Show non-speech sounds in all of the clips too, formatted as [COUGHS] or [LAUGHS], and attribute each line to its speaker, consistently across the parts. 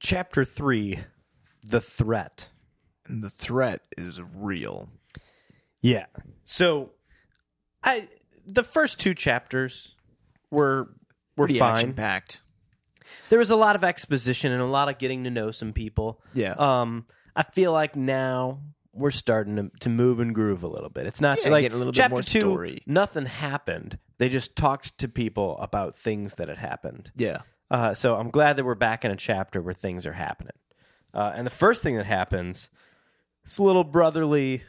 Speaker 1: Chapter 3 The Threat.
Speaker 2: And the threat is real.
Speaker 1: Yeah. So I the first two chapters were were
Speaker 2: action
Speaker 1: fine.
Speaker 2: packed.
Speaker 1: There was a lot of exposition and a lot of getting to know some people.
Speaker 2: Yeah.
Speaker 1: Um I feel like now we're starting to, to move and groove a little bit. It's not
Speaker 2: Yeah,
Speaker 1: like
Speaker 2: get a little bit
Speaker 1: chapter
Speaker 2: more
Speaker 1: two,
Speaker 2: story.
Speaker 1: nothing happened. They just talked to people about things that had happened.
Speaker 2: yeah.
Speaker 1: Uh, so I'm glad that we're back in a chapter where things are happening. Uh, and the first thing that happens, it's a little brotherly.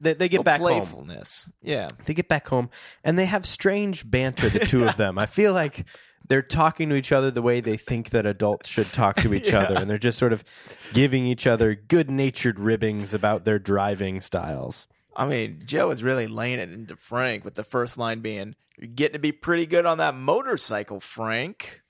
Speaker 1: They, they get back home.
Speaker 2: Playfulness. Yeah.
Speaker 1: They get back home, and they have strange banter. The two of them. I feel like they're talking to each other the way they think that adults should talk
Speaker 2: [LAUGHS]
Speaker 1: to each other, and they're just sort of giving each other good-natured ribbings about their driving styles.
Speaker 2: I mean, Joe is really laying it into Frank with the first line being, You're getting to be pretty good on that motorcycle, Frank.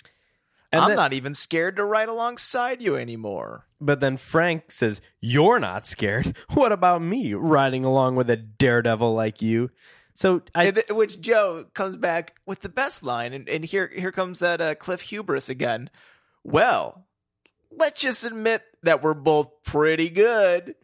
Speaker 1: And
Speaker 2: I'm
Speaker 1: then-
Speaker 2: not even scared to ride alongside you anymore.
Speaker 1: But then Frank says, You're not scared. [LAUGHS] What about me riding along with a daredevil like you? So I
Speaker 2: And th- which Joe comes back with the best line, and, and here here comes that uh, Cliff hubris again. Well, let's just admit that we're both pretty good.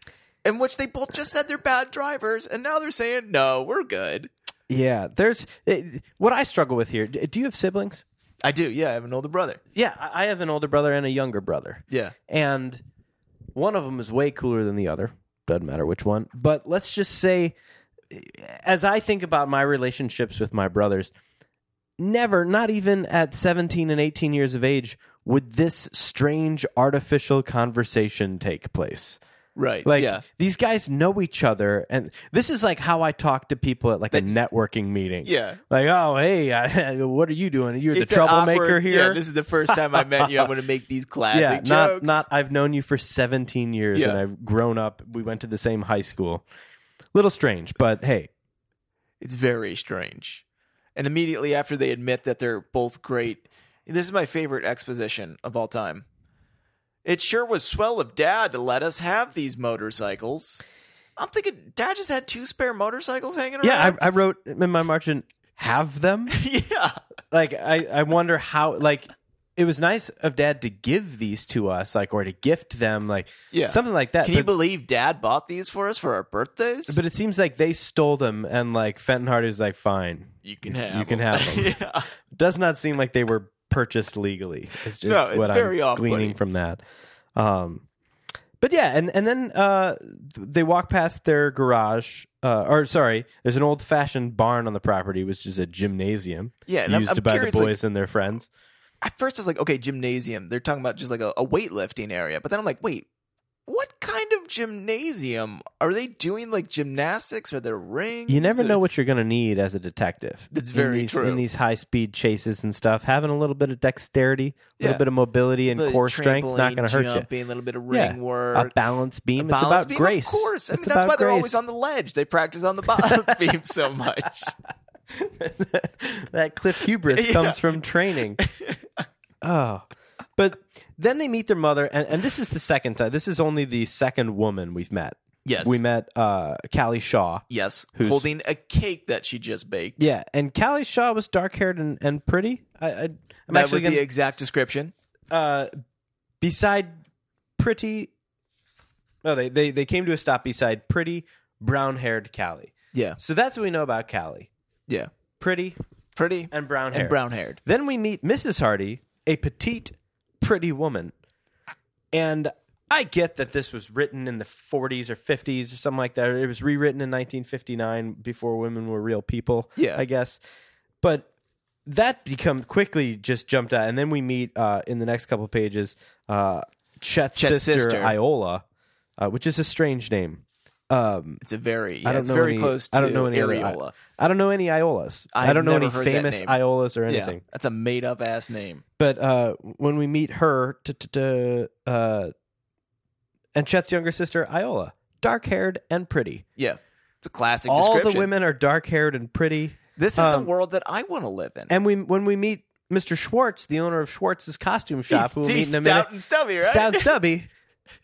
Speaker 2: In which they both just said they're bad drivers, and now they're saying no, we're good.
Speaker 1: Yeah, there's it, what I struggle with here. D- Do you have siblings?
Speaker 2: I do, yeah. I have an older brother.
Speaker 1: Yeah, I- I have an older brother and a younger brother,
Speaker 2: Yeah,
Speaker 1: and one of them is way cooler than the other. Doesn't matter which one, but let's just say, eh, as I think about my relationships with my brothers, never, not even at 17 and 18 years of age, would this strange artificial conversation take place.
Speaker 2: right.
Speaker 1: Like
Speaker 2: yeah,
Speaker 1: these guys know each other, and this is like how I talk to people at like a networking meeting.
Speaker 2: yeah.
Speaker 1: Like, oh, hey, [LAUGHS] I, what are you doing? You're the
Speaker 2: It's an
Speaker 1: troublemaker
Speaker 2: awkward-
Speaker 1: here.
Speaker 2: Yeah, this is the first time I met you. I'm going to make these
Speaker 1: [LAUGHS]
Speaker 2: classic
Speaker 1: Yeah, not
Speaker 2: jokes.
Speaker 1: not. I've known you for 17 years,
Speaker 2: Yeah.
Speaker 1: and I've grown up. We went to the same high school. Little strange, but hey,
Speaker 2: It's very strange. And immediately after they admit that they're both great, this is my favorite exposition of all time. It sure was swell of Dad to let us have these motorcycles. I'm thinking Dad just had two spare motorcycles hanging
Speaker 1: yeah.
Speaker 2: around.
Speaker 1: I, I wrote in my margin, have them.
Speaker 2: [LAUGHS] yeah,
Speaker 1: like I, I wonder how like it was nice of dad to give these to us like or to gift them like
Speaker 2: yeah.
Speaker 1: something like that
Speaker 2: Can you
Speaker 1: but,
Speaker 2: believe Dad bought these for us for our birthdays?
Speaker 1: but it seems like they stole them and like fenton hardy was like fine
Speaker 2: you can have.
Speaker 1: you can
Speaker 2: them.
Speaker 1: have them.
Speaker 2: [LAUGHS] yeah.
Speaker 1: does not seem like they were purchased legally. It's just
Speaker 2: No, it's
Speaker 1: what
Speaker 2: very
Speaker 1: I'm
Speaker 2: off-putting.
Speaker 1: gleaning from that. Um, but yeah, and and then uh, th- they walk past their garage, uh, or sorry, there's an old fashioned barn on the property, which is a gymnasium
Speaker 2: Yeah, and I'm-
Speaker 1: used
Speaker 2: I'm
Speaker 1: by
Speaker 2: curious,
Speaker 1: the
Speaker 2: like-
Speaker 1: boys and their friends.
Speaker 2: at first I was like, okay, gymnasium. They're talking about just like a, a weightlifting area. But then I'm like, wait, what kind of gymnasium are they doing? Like gymnastics or their rings?
Speaker 1: You never
Speaker 2: or-
Speaker 1: know what you're going to need as a detective.
Speaker 2: That's
Speaker 1: In
Speaker 2: very
Speaker 1: these-
Speaker 2: true.
Speaker 1: In these high speed chases and stuff, having a little bit of dexterity, a little
Speaker 2: Yeah.
Speaker 1: bit of mobility and
Speaker 2: the
Speaker 1: core strength, not
Speaker 2: trampoline,
Speaker 1: going to hurt you.
Speaker 2: jumping, A little bit of ring
Speaker 1: Yeah.
Speaker 2: work.
Speaker 1: A balance beam.
Speaker 2: balance
Speaker 1: it's about
Speaker 2: beam,
Speaker 1: grace.
Speaker 2: Of course. I mean,
Speaker 1: It's
Speaker 2: that's
Speaker 1: about
Speaker 2: why they're
Speaker 1: grace.
Speaker 2: always on [LAUGHS] the ledge. They practice on the balance beam so much.
Speaker 1: [LAUGHS] that cliff hubris
Speaker 2: Yeah.
Speaker 1: comes from
Speaker 2: [LAUGHS]
Speaker 1: training. oh. But then they meet their mother, and, and this is the second time. This is only the second woman we've met.
Speaker 2: Yes.
Speaker 1: We met uh, Callie Shaw.
Speaker 2: Yes.
Speaker 1: Who's-
Speaker 2: Holding a cake that she just baked.
Speaker 1: Yeah, and Callie Shaw was dark haired and, and pretty. I, I, I'm
Speaker 2: That
Speaker 1: actually
Speaker 2: was the
Speaker 1: gonna,
Speaker 2: exact description.
Speaker 1: uh, beside pretty. No, they, they, they came to a stop beside pretty brown haired Callie.
Speaker 2: Yeah.
Speaker 1: So that's what we know about Callie
Speaker 2: Yeah.
Speaker 1: pretty
Speaker 2: Pretty
Speaker 1: and brown hair.
Speaker 2: and brown haired.
Speaker 1: Then we meet Mrs. Hardy, a petite, pretty woman. And I get that this was written in the 40s or 50s or something like that. It was rewritten in 1959 before women were real people,
Speaker 2: Yeah.
Speaker 1: I guess. But that become quickly just jumped out. And then we meet uh, in the next couple pages uh, Chet's,
Speaker 2: Chet's
Speaker 1: sister,
Speaker 2: sister.
Speaker 1: Iola, uh, which is a strange name. Um,
Speaker 2: It's a very,
Speaker 1: I
Speaker 2: yeah,
Speaker 1: don't
Speaker 2: it's
Speaker 1: know
Speaker 2: very
Speaker 1: any-
Speaker 2: close to
Speaker 1: I don't know any other-
Speaker 2: areola.
Speaker 1: I don't know any Iolas.
Speaker 2: I've
Speaker 1: I don't know
Speaker 2: never
Speaker 1: any
Speaker 2: heard that
Speaker 1: famous
Speaker 2: name.
Speaker 1: Iolas or anything.
Speaker 2: Yeah, that's a made up ass name.
Speaker 1: but uh, when we meet her, t- t- t- uh, and Chet's younger sister Iola, dark haired and pretty.
Speaker 2: Yeah, it's a classic
Speaker 1: All the
Speaker 2: description.
Speaker 1: women are dark haired and pretty.
Speaker 2: This is
Speaker 1: um,
Speaker 2: a world that I want to live in.
Speaker 1: And we when we meet Mr. Schwartz, the owner of Schwartz's costume shop,
Speaker 2: he's
Speaker 1: who we'll meet
Speaker 2: he's
Speaker 1: in a minute,
Speaker 2: stout and stubby, right?
Speaker 1: stout and stubby.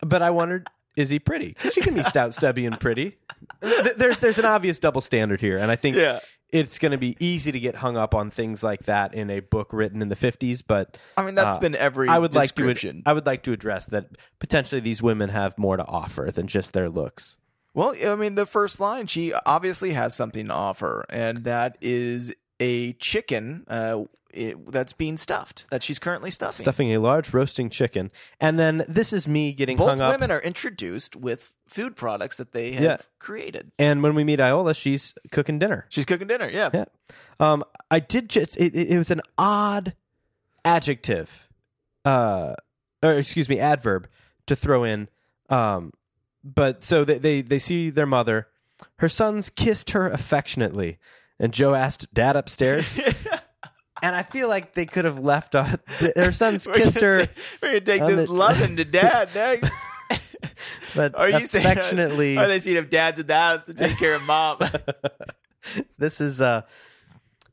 Speaker 1: But I wondered, is he pretty? She can be stout, stubby, and pretty. Th- There's there's an obvious double standard here, and I think
Speaker 2: Yeah.
Speaker 1: it's going to be easy to get hung up on things like that in a book written in the 50s, but
Speaker 2: I mean, that's
Speaker 1: Uh,
Speaker 2: been every
Speaker 1: I would like to
Speaker 2: description.
Speaker 1: I would like to address that potentially these women have more to offer than just their looks.
Speaker 2: Well, I mean, the first line, she obviously has something to offer, and that is a chicken uh, it, that's being stuffed, that she's currently stuffing.
Speaker 1: Stuffing a large roasting chicken, and then this is me getting
Speaker 2: Both
Speaker 1: hung up.
Speaker 2: women are introduced with food products that they have
Speaker 1: Yeah.
Speaker 2: created.
Speaker 1: And when we meet Iola, she's cooking dinner.
Speaker 2: She's cooking dinner, yeah.
Speaker 1: Yeah. Um, I did just it, it it was an odd adjective, uh, or excuse me, adverb to throw in. Um, but so they, they they see their mother. Her sons kissed her affectionately, and Joe asked Dad
Speaker 2: [LAUGHS]
Speaker 1: upstairs. and I feel like they could have left. On, their sons
Speaker 2: [LAUGHS] [LAUGHS] We're gonna
Speaker 1: kissed her,
Speaker 2: ta- we're gonna take
Speaker 1: on
Speaker 2: this
Speaker 1: the-
Speaker 2: loving
Speaker 1: [LAUGHS]
Speaker 2: to dad next.
Speaker 1: but
Speaker 2: Are you saying?
Speaker 1: affectionately.
Speaker 2: Are they seeing if dad's in the house to take care of
Speaker 1: [LAUGHS]
Speaker 2: mom? [LAUGHS]
Speaker 1: this is uh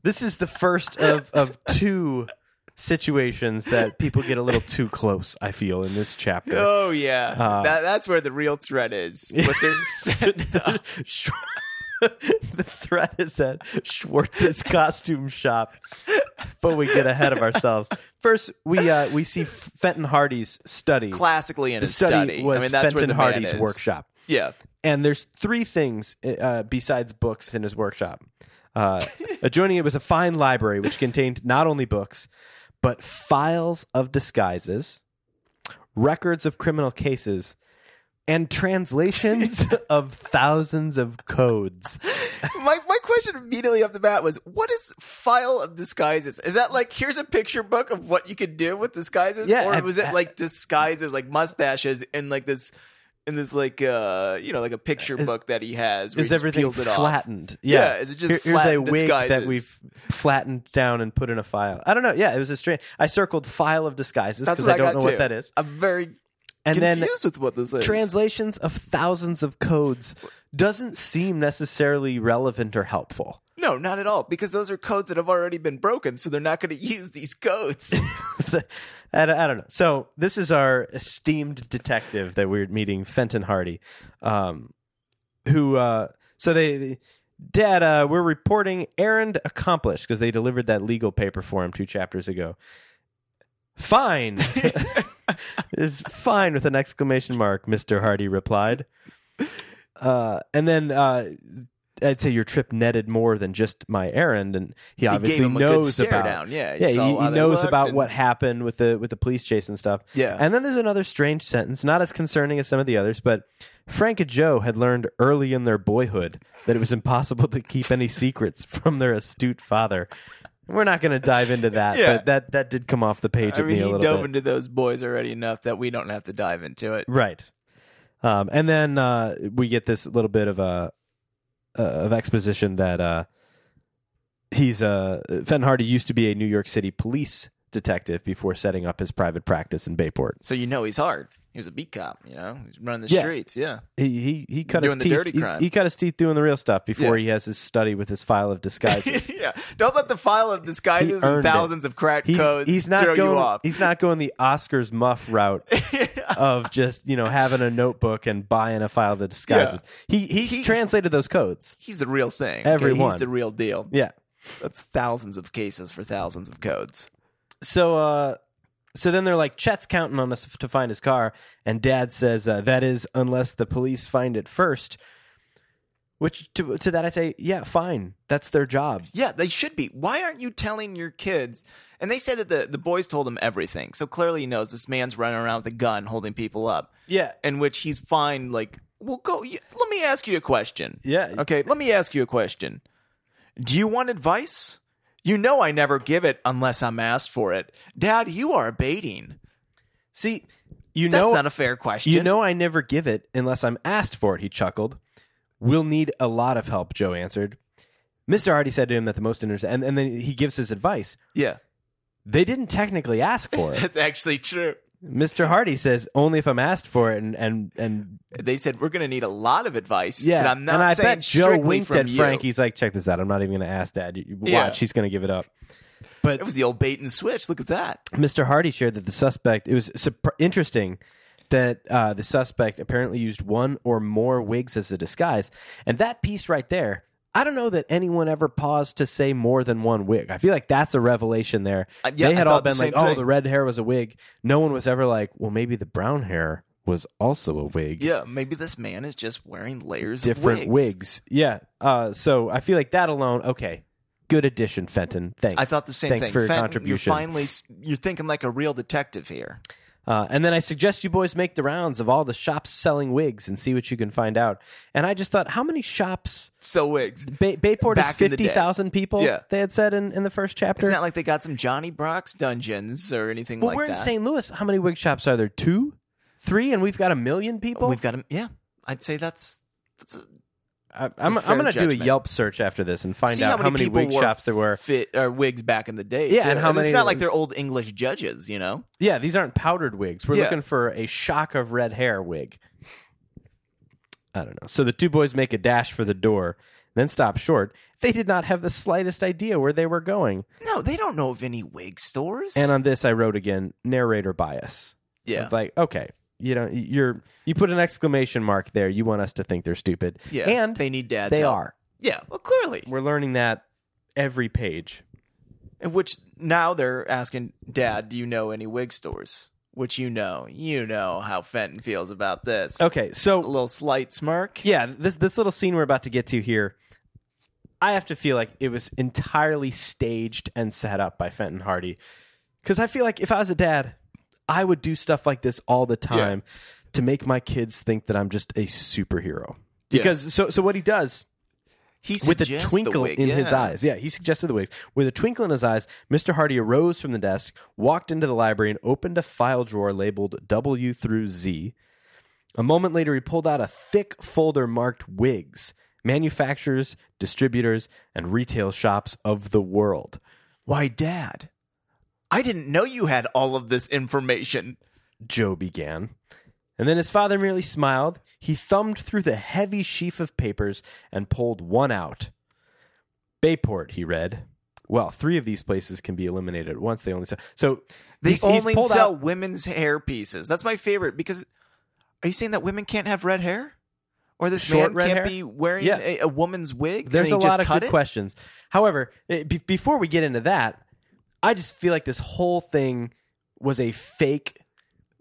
Speaker 1: this is the first of of two situations that people get a little too close i feel in this [LAUGHS] chapter
Speaker 2: oh yeah,
Speaker 1: Uh,
Speaker 2: that, that's where the real threat is. What
Speaker 1: [LAUGHS]
Speaker 2: they're setting up.
Speaker 1: Sh- the threat is at schwartz's costume shop but we get ahead of ourselves first we uh we see fenton hardy's study
Speaker 2: [LAUGHS] classically in
Speaker 1: the
Speaker 2: his
Speaker 1: study,
Speaker 2: study.
Speaker 1: was
Speaker 2: I mean, that's where
Speaker 1: fenton
Speaker 2: the man
Speaker 1: hardy's
Speaker 2: is.
Speaker 1: workshop [LAUGHS]
Speaker 2: Yeah,
Speaker 1: and there's three things uh, besides books in his workshop.
Speaker 2: [LAUGHS]
Speaker 1: Uh, adjoining it was a fine library which contained not only books, but files of disguises, records of criminal cases, and
Speaker 2: [LAUGHS]
Speaker 1: translations of thousands of codes.
Speaker 2: my my question immediately off the bat was, what is file of disguises? Is that like here's a picture book of what you could do with disguises,
Speaker 1: Yeah,
Speaker 2: or
Speaker 1: and-
Speaker 2: was it like disguises, like mustaches, and like this, and this like uh you know like a picture
Speaker 1: Is-
Speaker 2: book that he has? Where
Speaker 1: Is
Speaker 2: he just
Speaker 1: everything
Speaker 2: peels it off?
Speaker 1: flattened?
Speaker 2: Yeah, is it just
Speaker 1: here's a
Speaker 2: flattened
Speaker 1: wig that
Speaker 2: disguises?
Speaker 1: we've flattened down and put in a file? I don't know. Yeah, it was a strange. I circled file of disguises
Speaker 2: That's
Speaker 1: because
Speaker 2: what
Speaker 1: I don't
Speaker 2: got
Speaker 1: know
Speaker 2: too.
Speaker 1: what that is.
Speaker 2: I'm very
Speaker 1: And
Speaker 2: confused
Speaker 1: then
Speaker 2: with what this is.
Speaker 1: translations of thousands of codes doesn't seem necessarily relevant or helpful.
Speaker 2: no, not at all, because those are codes that have already been broken, so they're not going to [LAUGHS] use these codes.
Speaker 1: [LAUGHS] It's a- I don't I don't know. So this is our esteemed detective that we're meeting, Fenton Hardy, um, who. Uh, so they, they Dad, uh, we're reporting errand accomplished because they delivered that legal paper for him two chapters ago. Fine [LAUGHS] is fine with an exclamation mark. Mister Hardy replied, uh, and then. Uh, I'd say your trip netted more than just my errand, and he
Speaker 2: He
Speaker 1: obviously
Speaker 2: gave him a good
Speaker 1: knows
Speaker 2: stare
Speaker 1: about
Speaker 2: down. Yeah, you
Speaker 1: yeah,
Speaker 2: saw
Speaker 1: he,
Speaker 2: how
Speaker 1: he
Speaker 2: they
Speaker 1: knows
Speaker 2: looked
Speaker 1: about
Speaker 2: and-
Speaker 1: what happened with the with the police chase and stuff.
Speaker 2: Yeah.
Speaker 1: And then there's another strange sentence, not as concerning as some of the others, but Frank and Joe had learned early in their boyhood that it was impossible to keep any secrets from their astute father. We're not going to dive into that,
Speaker 2: Yeah.
Speaker 1: but that that did come off the page at
Speaker 2: I mean,
Speaker 1: me a
Speaker 2: he
Speaker 1: little
Speaker 2: dove
Speaker 1: bit.
Speaker 2: into those boys already enough that we don't have to dive into it.
Speaker 1: Right. Um, and then uh, we get this little bit of a uh, of exposition that uh, he's uh, Fenton Hardy used to be a New York City police detective before setting up his private practice in Bayport.
Speaker 2: So you know he's hard. He was a beat cop, you know. He's running the
Speaker 1: Yeah. [LAUGHS]
Speaker 2: streets, yeah.
Speaker 1: He he, he cut
Speaker 2: Doing
Speaker 1: his
Speaker 2: the
Speaker 1: teeth.
Speaker 2: dirty
Speaker 1: he's-
Speaker 2: crime.
Speaker 1: He cut his teeth doing the real stuff before
Speaker 2: Yeah.
Speaker 1: he has his study with his file of
Speaker 2: [LAUGHS]
Speaker 1: disguises.
Speaker 2: yeah. Don't let the file of disguises
Speaker 1: He earned
Speaker 2: and thousands of crack
Speaker 1: He's,
Speaker 2: codes
Speaker 1: he's not
Speaker 2: throw
Speaker 1: going.
Speaker 2: you off.
Speaker 1: He's not going the Oscars muff
Speaker 2: [LAUGHS]
Speaker 1: route of just you know having a notebook and buying a file of disguises. He, he
Speaker 2: He's-
Speaker 1: translated those codes.
Speaker 2: He's the real thing. okay?
Speaker 1: Everyone.
Speaker 2: He's the real deal.
Speaker 1: Yeah.
Speaker 2: That's thousands of cases for thousands of codes.
Speaker 1: so uh so then they're like chet's counting on us to find his car and dad says uh, that is unless the police find it first which to, to that i say yeah fine that's their job
Speaker 2: Yeah, they should be. Why aren't you telling your kids? And they said that the, the boys told him everything. So clearly he knows this man's running around with a gun holding people up,
Speaker 1: yeah
Speaker 2: in which he's fine. Like, well, go. y- Let me ask you a question.
Speaker 1: yeah
Speaker 2: Okay, let me ask you a question. Do you want advice? You know I never give it unless I'm asked for it. Dad, you are baiting.
Speaker 1: see you
Speaker 2: That's
Speaker 1: know
Speaker 2: not a fair question.
Speaker 1: you know i never give it unless i'm asked for it he chuckled we'll need a lot of help joe answered mr hardy said to him that the most interesting and, and then he gives his advice
Speaker 2: Yeah.
Speaker 1: they didn't technically ask for
Speaker 2: [LAUGHS]
Speaker 1: it
Speaker 2: That's actually true.
Speaker 1: mr hardy says only if i'm asked for it and and and
Speaker 2: They said we're going to need a lot of advice.
Speaker 1: Yeah,
Speaker 2: but I'm not
Speaker 1: and I
Speaker 2: saying
Speaker 1: bet Joe
Speaker 2: strictly
Speaker 1: winked
Speaker 2: from
Speaker 1: at
Speaker 2: you.
Speaker 1: Frank. He's like, "Check this out. I'm not even going to ask Dad. You- you Watch,
Speaker 2: Yeah.
Speaker 1: he's going to give it up." But
Speaker 2: It was the old bait and switch. Look at that.
Speaker 1: Mr. Hardy shared that the suspect. It was surp- interesting that uh, the suspect apparently used one or more wigs as a disguise, and that piece right there. I don't know that anyone ever paused to say more than one wig. I feel like that's a revelation there.
Speaker 2: Uh, yeah,
Speaker 1: they
Speaker 2: I
Speaker 1: had all
Speaker 2: thought the
Speaker 1: been like,
Speaker 2: same
Speaker 1: "Oh,
Speaker 2: thing."
Speaker 1: the red hair was a wig." No one was ever like, "Well, maybe the brown hair was also a wig."
Speaker 2: Yeah, maybe this man is just wearing layers
Speaker 1: different
Speaker 2: of
Speaker 1: wigs. Yeah. Uh, so I feel like that alone. Okay, good addition, Fenton. Thanks.
Speaker 2: I thought the same
Speaker 1: Thanks
Speaker 2: thing.
Speaker 1: for your
Speaker 2: Fenton,
Speaker 1: contribution.
Speaker 2: You're finally s- you're thinking like a real detective here.
Speaker 1: Uh, and then I suggest you boys make the rounds of all the shops selling wigs and see what you can find out. And I just thought, how many shops?
Speaker 2: So wigs.
Speaker 1: Bay- Bayport is
Speaker 2: Back in the day.
Speaker 1: fifty thousand people.
Speaker 2: Yeah.
Speaker 1: they had said in, in the first chapter.
Speaker 2: It's not like they got some Johnny Brock's dungeons or anything
Speaker 1: but
Speaker 2: like
Speaker 1: we're
Speaker 2: that.
Speaker 1: in St. Louis. How many wig shops are there? Two, three, and we've got a million people.
Speaker 2: We've got him. Yeah, I'd say that's that's a,
Speaker 1: I, I'm,
Speaker 2: a fair
Speaker 1: I'm going to do a
Speaker 2: judgment.
Speaker 1: Yelp search after this and find
Speaker 2: see
Speaker 1: out
Speaker 2: how many, people
Speaker 1: wig
Speaker 2: wore
Speaker 1: shops there were.
Speaker 2: fit or wigs back in the day.
Speaker 1: Yeah,
Speaker 2: too.
Speaker 1: and how many-
Speaker 2: It's not like they're old English judges, you know.
Speaker 1: Yeah, these aren't powdered wigs. We're
Speaker 2: Yeah.
Speaker 1: looking for a shock of red hair wig. I don't know. So the two boys make a dash for the door, then stop short. They did not have the slightest idea where they were going.
Speaker 2: No, they don't know of any wig stores.
Speaker 1: And on this, I wrote again narrator bias.
Speaker 2: yeah,
Speaker 1: It's like, okay, you know, you're you put an exclamation mark there. You want us to think they're stupid.
Speaker 2: yeah,
Speaker 1: and
Speaker 2: they need dads.
Speaker 1: they
Speaker 2: help.
Speaker 1: are.
Speaker 2: Yeah, well, clearly.
Speaker 1: We're learning that every page.
Speaker 2: In which now they're asking, Dad, do you know any wig stores? Which you know, you know how Fenton feels about this.
Speaker 1: Okay, so
Speaker 2: A little slight smirk.
Speaker 1: yeah, this this little scene we're about to get to here, I have to feel like it was entirely staged and set up by Fenton Hardy. Cuz I feel like if I was a dad, I would do stuff like this all the time to make my kids think that I'm just a superhero.
Speaker 2: Yeah.
Speaker 1: Because so so what he does
Speaker 2: He
Speaker 1: with a
Speaker 2: suggests the
Speaker 1: twinkle
Speaker 2: wig,
Speaker 1: in his
Speaker 2: yeah.
Speaker 1: eyes. Yeah, he suggested the wigs. With a twinkle in his eyes, Mr. Hardy arose from the desk, walked into the library, and opened a file drawer labeled W through Z. A moment later, he pulled out a thick folder marked wigs, manufacturers, distributors, and retail shops of the world.
Speaker 2: Why, Dad? I didn't know you had all of this information.
Speaker 1: Joe began. And then his father merely smiled. He thumbed through the heavy sheaf of papers and pulled one out. Bayport, he read. Well, three of these places can be eliminated at once. They only sell. So
Speaker 2: They
Speaker 1: he's, he's
Speaker 2: only
Speaker 1: pulled
Speaker 2: sell
Speaker 1: out.
Speaker 2: women's hair pieces. That's my favorite because are you saying that women can't have red hair? Or this
Speaker 1: Short
Speaker 2: man
Speaker 1: red
Speaker 2: can't
Speaker 1: hair?
Speaker 2: be wearing
Speaker 1: Yeah.
Speaker 2: a, a woman's wig? and
Speaker 1: There's
Speaker 2: he
Speaker 1: a
Speaker 2: just
Speaker 1: lot of
Speaker 2: cut
Speaker 1: good
Speaker 2: it?
Speaker 1: questions. However, it- be- before we get into that, I just feel like this whole thing was a fake.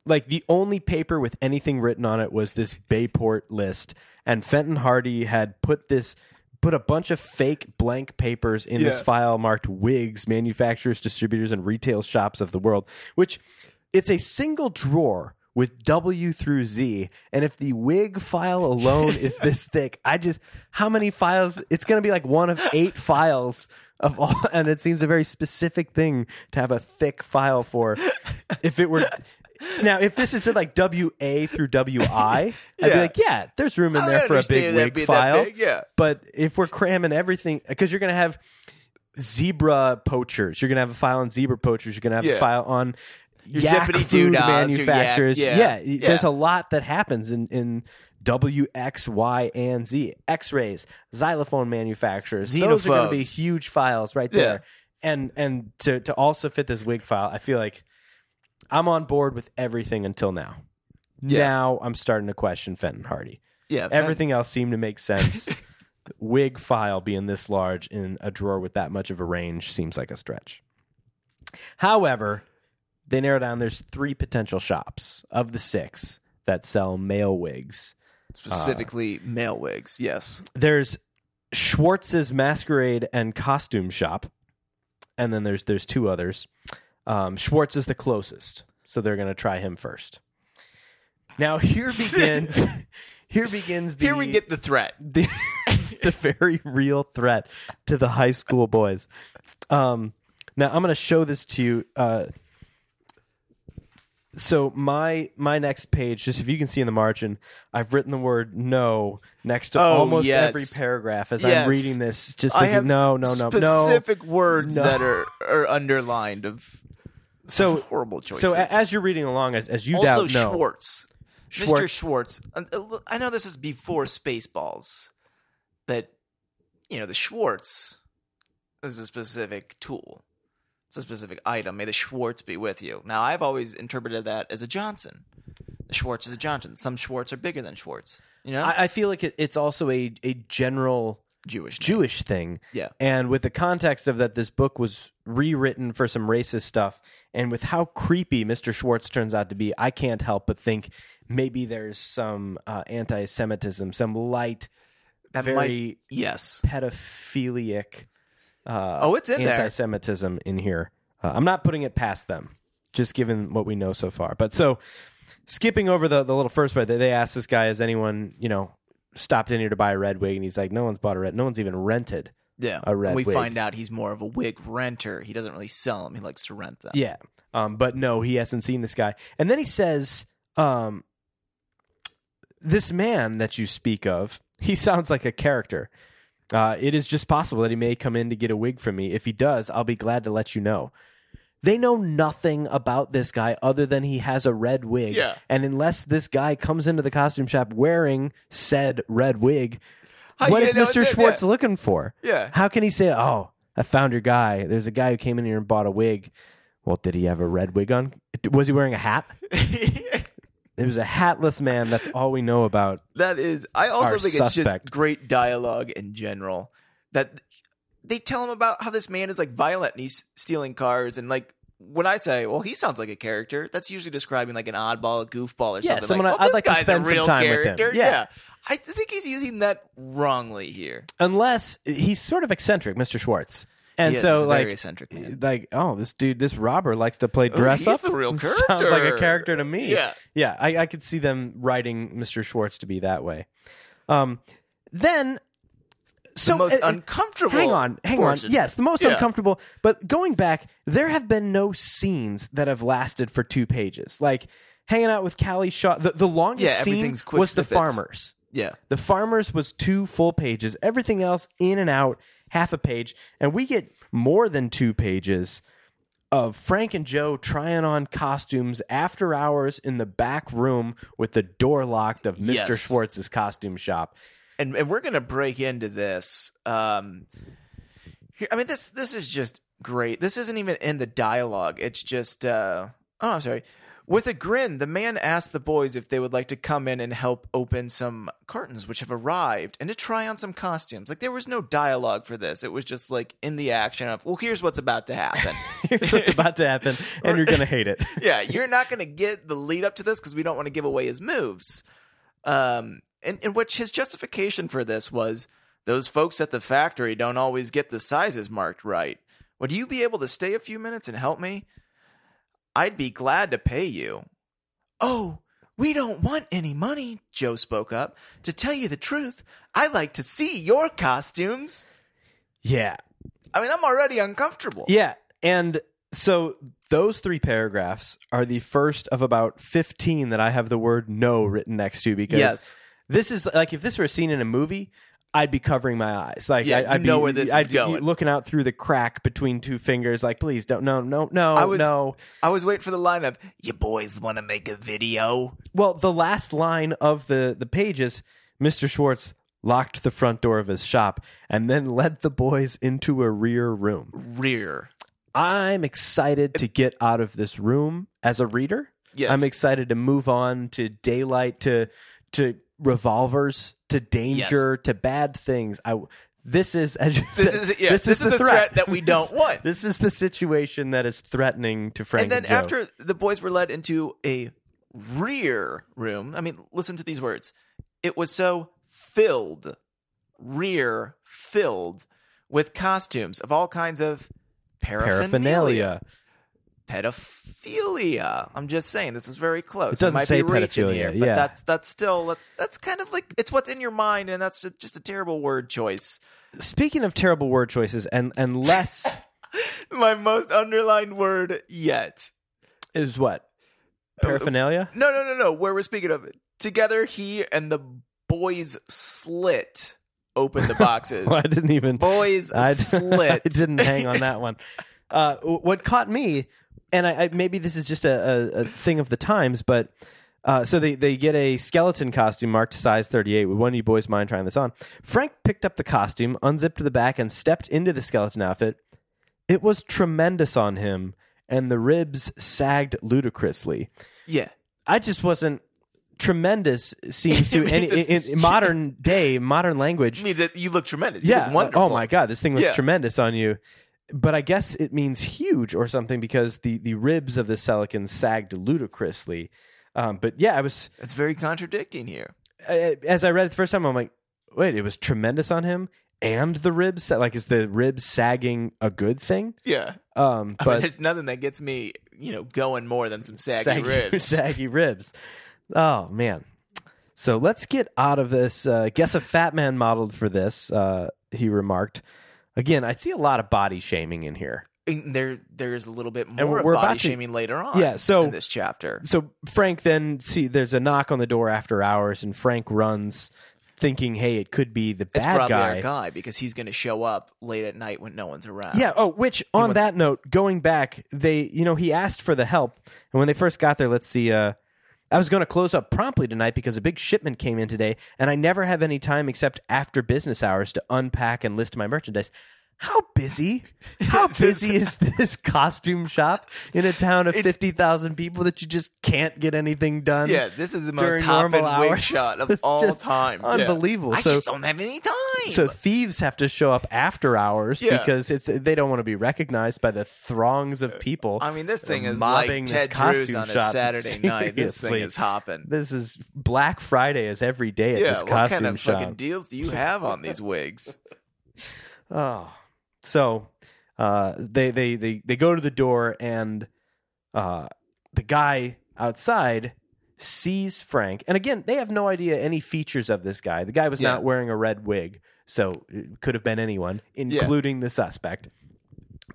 Speaker 1: Like the only paper with anything written on it was this Bayport list, and Fenton Hardy had put this put a bunch of fake blank papers in this
Speaker 2: Yeah.
Speaker 1: file marked wigs, manufacturers, distributors, and retail shops of the world. Which it's a single drawer with W through Z, and if the wig file alone is
Speaker 2: [LAUGHS]
Speaker 1: this thick, I just how many files? It's going to be like one of eight files of all, [LAUGHS] and it seems a very specific thing to have a thick file for. If it were now, if this is like W A through W I, I'd be
Speaker 2: [LAUGHS] Yeah.
Speaker 1: like, yeah, there's room in
Speaker 2: I
Speaker 1: there for a big
Speaker 2: understand that'd
Speaker 1: wig
Speaker 2: be that
Speaker 1: file.
Speaker 2: big, yeah.
Speaker 1: But if we're cramming everything, because you're going to have zebra poachers, you're going to have a file on zebra poachers, you're going to have a
Speaker 2: Yeah.
Speaker 1: file on
Speaker 2: Your
Speaker 1: yak
Speaker 2: zippity
Speaker 1: food
Speaker 2: doodah, your yak-
Speaker 1: manufacturers.
Speaker 2: yeah,
Speaker 1: yeah,
Speaker 2: yeah.
Speaker 1: there's a lot that happens in in W, X, Y, and Z. X-rays, xylophone manufacturers. Those are going to be
Speaker 2: Xenophobes.
Speaker 1: huge files right
Speaker 2: Yeah.
Speaker 1: there. And and to to also fit this wig file, I feel like I'm on board with everything until now.
Speaker 2: Yeah.
Speaker 1: Now I'm starting to question Fenton Hardy.
Speaker 2: Yeah, Fenton-
Speaker 1: Everything else seemed to make sense. [LAUGHS] Wig file being this large in a drawer with that much of a range seems like a stretch. However, they narrow down there's three potential shops of the six that sell male wigs.
Speaker 2: specifically male wigs. Yes.
Speaker 1: There's Schwartz's Masquerade and Costume Shop, and then there's there's two others. Um, Schwartz is the closest, so they're going to try him first. Now here
Speaker 2: [LAUGHS]
Speaker 1: begins here begins the
Speaker 2: Here we get the threat.
Speaker 1: [LAUGHS] the, the very real threat to the high school boys. Um, now I'm going to show this to you. Uh, so my my next page, just if you can see in the margin, I've written the word "no" next to
Speaker 2: Oh,
Speaker 1: almost
Speaker 2: yes.
Speaker 1: every paragraph as
Speaker 2: Yes.
Speaker 1: I'm reading this. Just
Speaker 2: I
Speaker 1: thinking,
Speaker 2: have
Speaker 1: no, no, no, no.
Speaker 2: specific words
Speaker 1: No.
Speaker 2: that are, are underlined of
Speaker 1: So
Speaker 2: horrible choices.
Speaker 1: so a- as you're reading along, as as you
Speaker 2: also
Speaker 1: doubt, no.
Speaker 2: Schwartz. Mr.
Speaker 1: Schwartz.
Speaker 2: Schwartz. Uh, uh, I know this is before Spaceballs, but you know the Schwartz is a specific tool. It's a specific item. May the Schwartz be with you. Now I've always interpreted that as a Johnson. The Schwartz is a Johnson. Some Schwartz are bigger than Schwartz. You know,
Speaker 1: I, I feel like it, it's also a a general
Speaker 2: Jewish. name.
Speaker 1: Jewish thing.
Speaker 2: Yeah.
Speaker 1: And with the context of that, this book was rewritten for some racist stuff, and with how creepy Mr. Schwartz turns out to be, I can't help but think maybe there's some uh, anti Semitism, some light,
Speaker 2: That might,
Speaker 1: very
Speaker 2: yes.
Speaker 1: Uh, pedophilic uh,
Speaker 2: Oh, it's in
Speaker 1: anti
Speaker 2: there.
Speaker 1: Semitism in here. Uh, I'm not putting it past them, just given what we know so far. But so, skipping over the, the little first part, they, they asked this guy, has anyone, you know, stopped in here to buy a red wig? And he's like, no one's bought a red, no one's even rented.
Speaker 2: Yeah.
Speaker 1: a red
Speaker 2: we
Speaker 1: wig.
Speaker 2: find out he's more of a wig renter. He doesn't really sell them. He likes to rent them.
Speaker 1: Yeah. Um, but no, he hasn't seen this guy. And then he says, um, This man that you speak of, he [LAUGHS] sounds like a character. Uh, it is just possible that he may come in to get a wig from me. If he does, I'll be glad to let you know. They know nothing about this guy other than he has a red wig.
Speaker 2: Yeah.
Speaker 1: And unless this guy comes into the costume shop wearing said red wig,
Speaker 2: How
Speaker 1: what
Speaker 2: you
Speaker 1: is
Speaker 2: gonna know
Speaker 1: Mr.
Speaker 2: it's him?
Speaker 1: Schwartz looking for?
Speaker 2: Yeah.
Speaker 1: How can he say, "Oh, I found your guy"? There's a guy who came in here and bought a wig. Well, did he have a red wig on? Was he wearing a hat?
Speaker 2: Yeah. [LAUGHS]
Speaker 1: It was a hatless man. That's all we know about.
Speaker 2: that is. I also
Speaker 1: Our
Speaker 2: think it's
Speaker 1: suspect.
Speaker 2: just great dialogue in general. That they tell him about how this man is like violent and he's stealing cars and like. When I say, "Well, he sounds like a character," that's usually describing like an oddball, a goofball, or
Speaker 1: Yeah,
Speaker 2: something.
Speaker 1: someone I-
Speaker 2: like, "Well,
Speaker 1: I'd
Speaker 2: this
Speaker 1: like to
Speaker 2: guy's a
Speaker 1: spend some
Speaker 2: real
Speaker 1: time with him."
Speaker 2: character.
Speaker 1: Yeah.
Speaker 2: I th- think he's using that wrongly here.
Speaker 1: Unless he's sort of eccentric, Mr. Schwartz, and
Speaker 2: He is. He's
Speaker 1: so
Speaker 2: a very
Speaker 1: like,
Speaker 2: eccentric man.
Speaker 1: like, oh, this dude, this robber likes to play dress
Speaker 2: he's
Speaker 1: up.
Speaker 2: the real
Speaker 1: [LAUGHS] Sounds like a
Speaker 2: character.
Speaker 1: character to me.
Speaker 2: Yeah.
Speaker 1: yeah. I, I could see them writing Mr. Schwartz to be that way. Um, then. So
Speaker 2: the most
Speaker 1: uh, uh,
Speaker 2: uncomfortable.
Speaker 1: Hang on, hang
Speaker 2: portion.
Speaker 1: on. Yes, the most
Speaker 2: Yeah.
Speaker 1: uncomfortable. But going back, there have been no scenes that have lasted for two pages. Like hanging out with Callie Shaw. The, the longest
Speaker 2: Yeah,
Speaker 1: scene
Speaker 2: everything's quick
Speaker 1: was the
Speaker 2: snippets.
Speaker 1: farmers.
Speaker 2: Yeah.
Speaker 1: The farmers was two full pages. Everything else in and out, half a page, and we get more than two pages of Frank and Joe trying on costumes after hours in the back room with the door locked of Mr.
Speaker 2: Yes.
Speaker 1: Schwartz's costume shop. [LAUGHS]
Speaker 2: and and we're gonna break into this. Um, here, I mean this this is just great. This isn't even in the dialogue. It's just uh, oh, I'm sorry. With a grin, the man asked the boys if they would like to come in and help open some curtains which have arrived and to try on some costumes. Like there was no dialogue for this. It was just like in the action of, well, here's what's about to happen.
Speaker 1: Here's what's about to happen, and you're gonna hate
Speaker 2: [LAUGHS]
Speaker 1: it.
Speaker 2: yeah, you're not going to get the lead up to this because we don't want to give away his moves. Um, and in which his justification for this was those folks at the factory don't always get the sizes marked right. Would you be able to stay a few minutes and help me? I'd be glad to pay you. Oh, we don't want any money, Joe spoke up. To tell you the truth, I like to see your costumes.
Speaker 1: Yeah.
Speaker 2: I mean, I'm already uncomfortable.
Speaker 1: Yeah. And so those three paragraphs are the first of about 15 that I have the word no written next to because
Speaker 2: Yes.
Speaker 1: this is like if this were seen in a movie, I'd be covering my eyes. Like
Speaker 2: Yeah,
Speaker 1: I,
Speaker 2: you
Speaker 1: I'd
Speaker 2: know
Speaker 1: be,
Speaker 2: where this is
Speaker 1: I'd be
Speaker 2: going.
Speaker 1: looking out through the crack between two fingers, like please don't, no, no, no,
Speaker 2: I was-
Speaker 1: no.
Speaker 2: I was waiting for the line of, you boys want to make a video?
Speaker 1: Well, the last line of the the page is Mr. Schwartz locked the front door of his shop and then led the boys into a rear room.
Speaker 2: rear.
Speaker 1: I'm excited to get out of this room as a reader.
Speaker 2: Yes.
Speaker 1: I'm excited to move on to daylight, to to revolvers, to danger, to bad things. I this is as you
Speaker 2: This
Speaker 1: said,
Speaker 2: is yeah, this, is, the threat. that we don't
Speaker 1: [LAUGHS]
Speaker 2: want.
Speaker 1: This is the situation that is threatening to Frank.
Speaker 2: and then
Speaker 1: Joe.
Speaker 2: after the boys were led into a rear room, I mean, listen to these words. It was so filled, rear filled with costumes of all kinds of paraphernalia,
Speaker 1: paraphernalia,
Speaker 2: pedophilia. I'm just saying this is very close.
Speaker 1: It doesn't
Speaker 2: might
Speaker 1: say
Speaker 2: be reaching
Speaker 1: pedophilia,
Speaker 2: here, but
Speaker 1: yeah.
Speaker 2: that's that's still that's, that's kind of like it's what's in your mind, and that's just a terrible word choice.
Speaker 1: speaking of terrible word choices, and and
Speaker 2: [COUGHS]
Speaker 1: less
Speaker 2: My most underlined word yet.
Speaker 1: is what
Speaker 2: Uh,
Speaker 1: paraphernalia. [LAUGHS]
Speaker 2: No, no, no, no. Where we're speaking of it. Together, he and the boys slit open
Speaker 1: [LAUGHS]
Speaker 2: the boxes.
Speaker 1: I didn't even [LAUGHS]
Speaker 2: Boys
Speaker 1: I,
Speaker 2: [LAUGHS] slit.
Speaker 1: I didn't hang on that one. Uh, w- what caught me, and I, I maybe this is just a, a, a thing of the times, but uh, so they, they get a skeleton costume marked size 38. Would one of you boys mind trying this on? Frank picked up the costume, unzipped the back, and stepped into the skeleton outfit. It was tremendous on him, and the ribs sagged ludicrously.
Speaker 2: Yeah.
Speaker 1: I just wasn't tremendous seems to
Speaker 2: [LAUGHS] It
Speaker 1: any
Speaker 2: means
Speaker 1: in,
Speaker 2: it's-
Speaker 1: in modern day modern
Speaker 2: I
Speaker 1: language.
Speaker 2: mean, that you look tremendous. You
Speaker 1: yeah.
Speaker 2: look wonderful.
Speaker 1: Oh my god, this thing looks
Speaker 2: Yeah.
Speaker 1: tremendous on you. But I guess it means huge or something because the the ribs of the Celican sagged ludicrously. Um, but yeah, I was
Speaker 2: It's very contradicting here.
Speaker 1: I- as I read it the first time, I'm like, wait, it was tremendous on him and the ribs. sa- Like, is the ribs sagging a good thing?
Speaker 2: Yeah.
Speaker 1: Um,
Speaker 2: I mean,
Speaker 1: but
Speaker 2: there's nothing that gets me, you know, going more than some saggy,
Speaker 1: saggy [LAUGHS]
Speaker 2: ribs.
Speaker 1: saggy ribs. Oh man. So let's get out of this. Uh, guess a fat man modeled for this. Uh, he remarked. Again, I see a lot of body shaming in here.
Speaker 2: And there, there is a little bit
Speaker 1: we're
Speaker 2: more of
Speaker 1: about
Speaker 2: body
Speaker 1: to-
Speaker 2: shaming later on.
Speaker 1: Yeah, so-
Speaker 2: in this chapter,
Speaker 1: So Frank then see there's a knock on the door after hours, and Frank runs, thinking, "Hey, it could be the
Speaker 2: it's
Speaker 1: bad
Speaker 2: probably
Speaker 1: guy."
Speaker 2: our guy because he's going to show up late at night when no one's around.
Speaker 1: Yeah. Oh, which on
Speaker 2: wants-
Speaker 1: that note, going back, they you know he asked for the help, and when they first got there, let's see. Uh, I was going to close up promptly tonight because a big shipment came in today, and I never have any time except after business hours to unpack and list my merchandise. How busy?
Speaker 2: [LAUGHS]
Speaker 1: How busy is this costume shop in a town of fifty thousand people that you just can't get anything done?
Speaker 2: yeah. This is the most
Speaker 1: During
Speaker 2: hop
Speaker 1: normal
Speaker 2: and wig
Speaker 1: hours.
Speaker 2: shot of [LAUGHS]
Speaker 1: It's
Speaker 2: all
Speaker 1: just
Speaker 2: time. Yeah.
Speaker 1: unbelievable.
Speaker 2: I
Speaker 1: So-
Speaker 2: just don't have any time.
Speaker 1: So thieves have to show up after hours
Speaker 2: Yeah.
Speaker 1: because it's they don't want to be recognized by the throngs of people.
Speaker 2: I mean, this thing is
Speaker 1: mobbing
Speaker 2: like
Speaker 1: this
Speaker 2: Ted Drews
Speaker 1: costume
Speaker 2: on a
Speaker 1: shop. [LAUGHS]
Speaker 2: Saturday night. This thing
Speaker 1: Seriously.
Speaker 2: is hopping.
Speaker 1: This is Black Friday is every day at
Speaker 2: yeah,
Speaker 1: this
Speaker 2: what
Speaker 1: costume
Speaker 2: kind of
Speaker 1: shop.
Speaker 2: fucking deals [LAUGHS] do you have on these wigs?
Speaker 1: oh, so uh, they they they they go to the door and uh, the guy outside sees Frank. And again, they have no idea any features of this guy. The guy was
Speaker 2: Yeah.
Speaker 1: not wearing a red wig, so it could have been anyone, including the suspect.